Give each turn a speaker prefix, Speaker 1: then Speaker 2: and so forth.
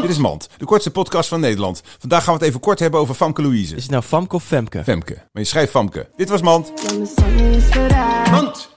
Speaker 1: Dit is Mand, de kortste podcast van Nederland. Vandaag gaan we het even kort hebben over Famke Louise.
Speaker 2: Is het nou Famke of Femke?
Speaker 1: Femke. Maar je schrijft Famke. Dit was Mand.
Speaker 3: Mand.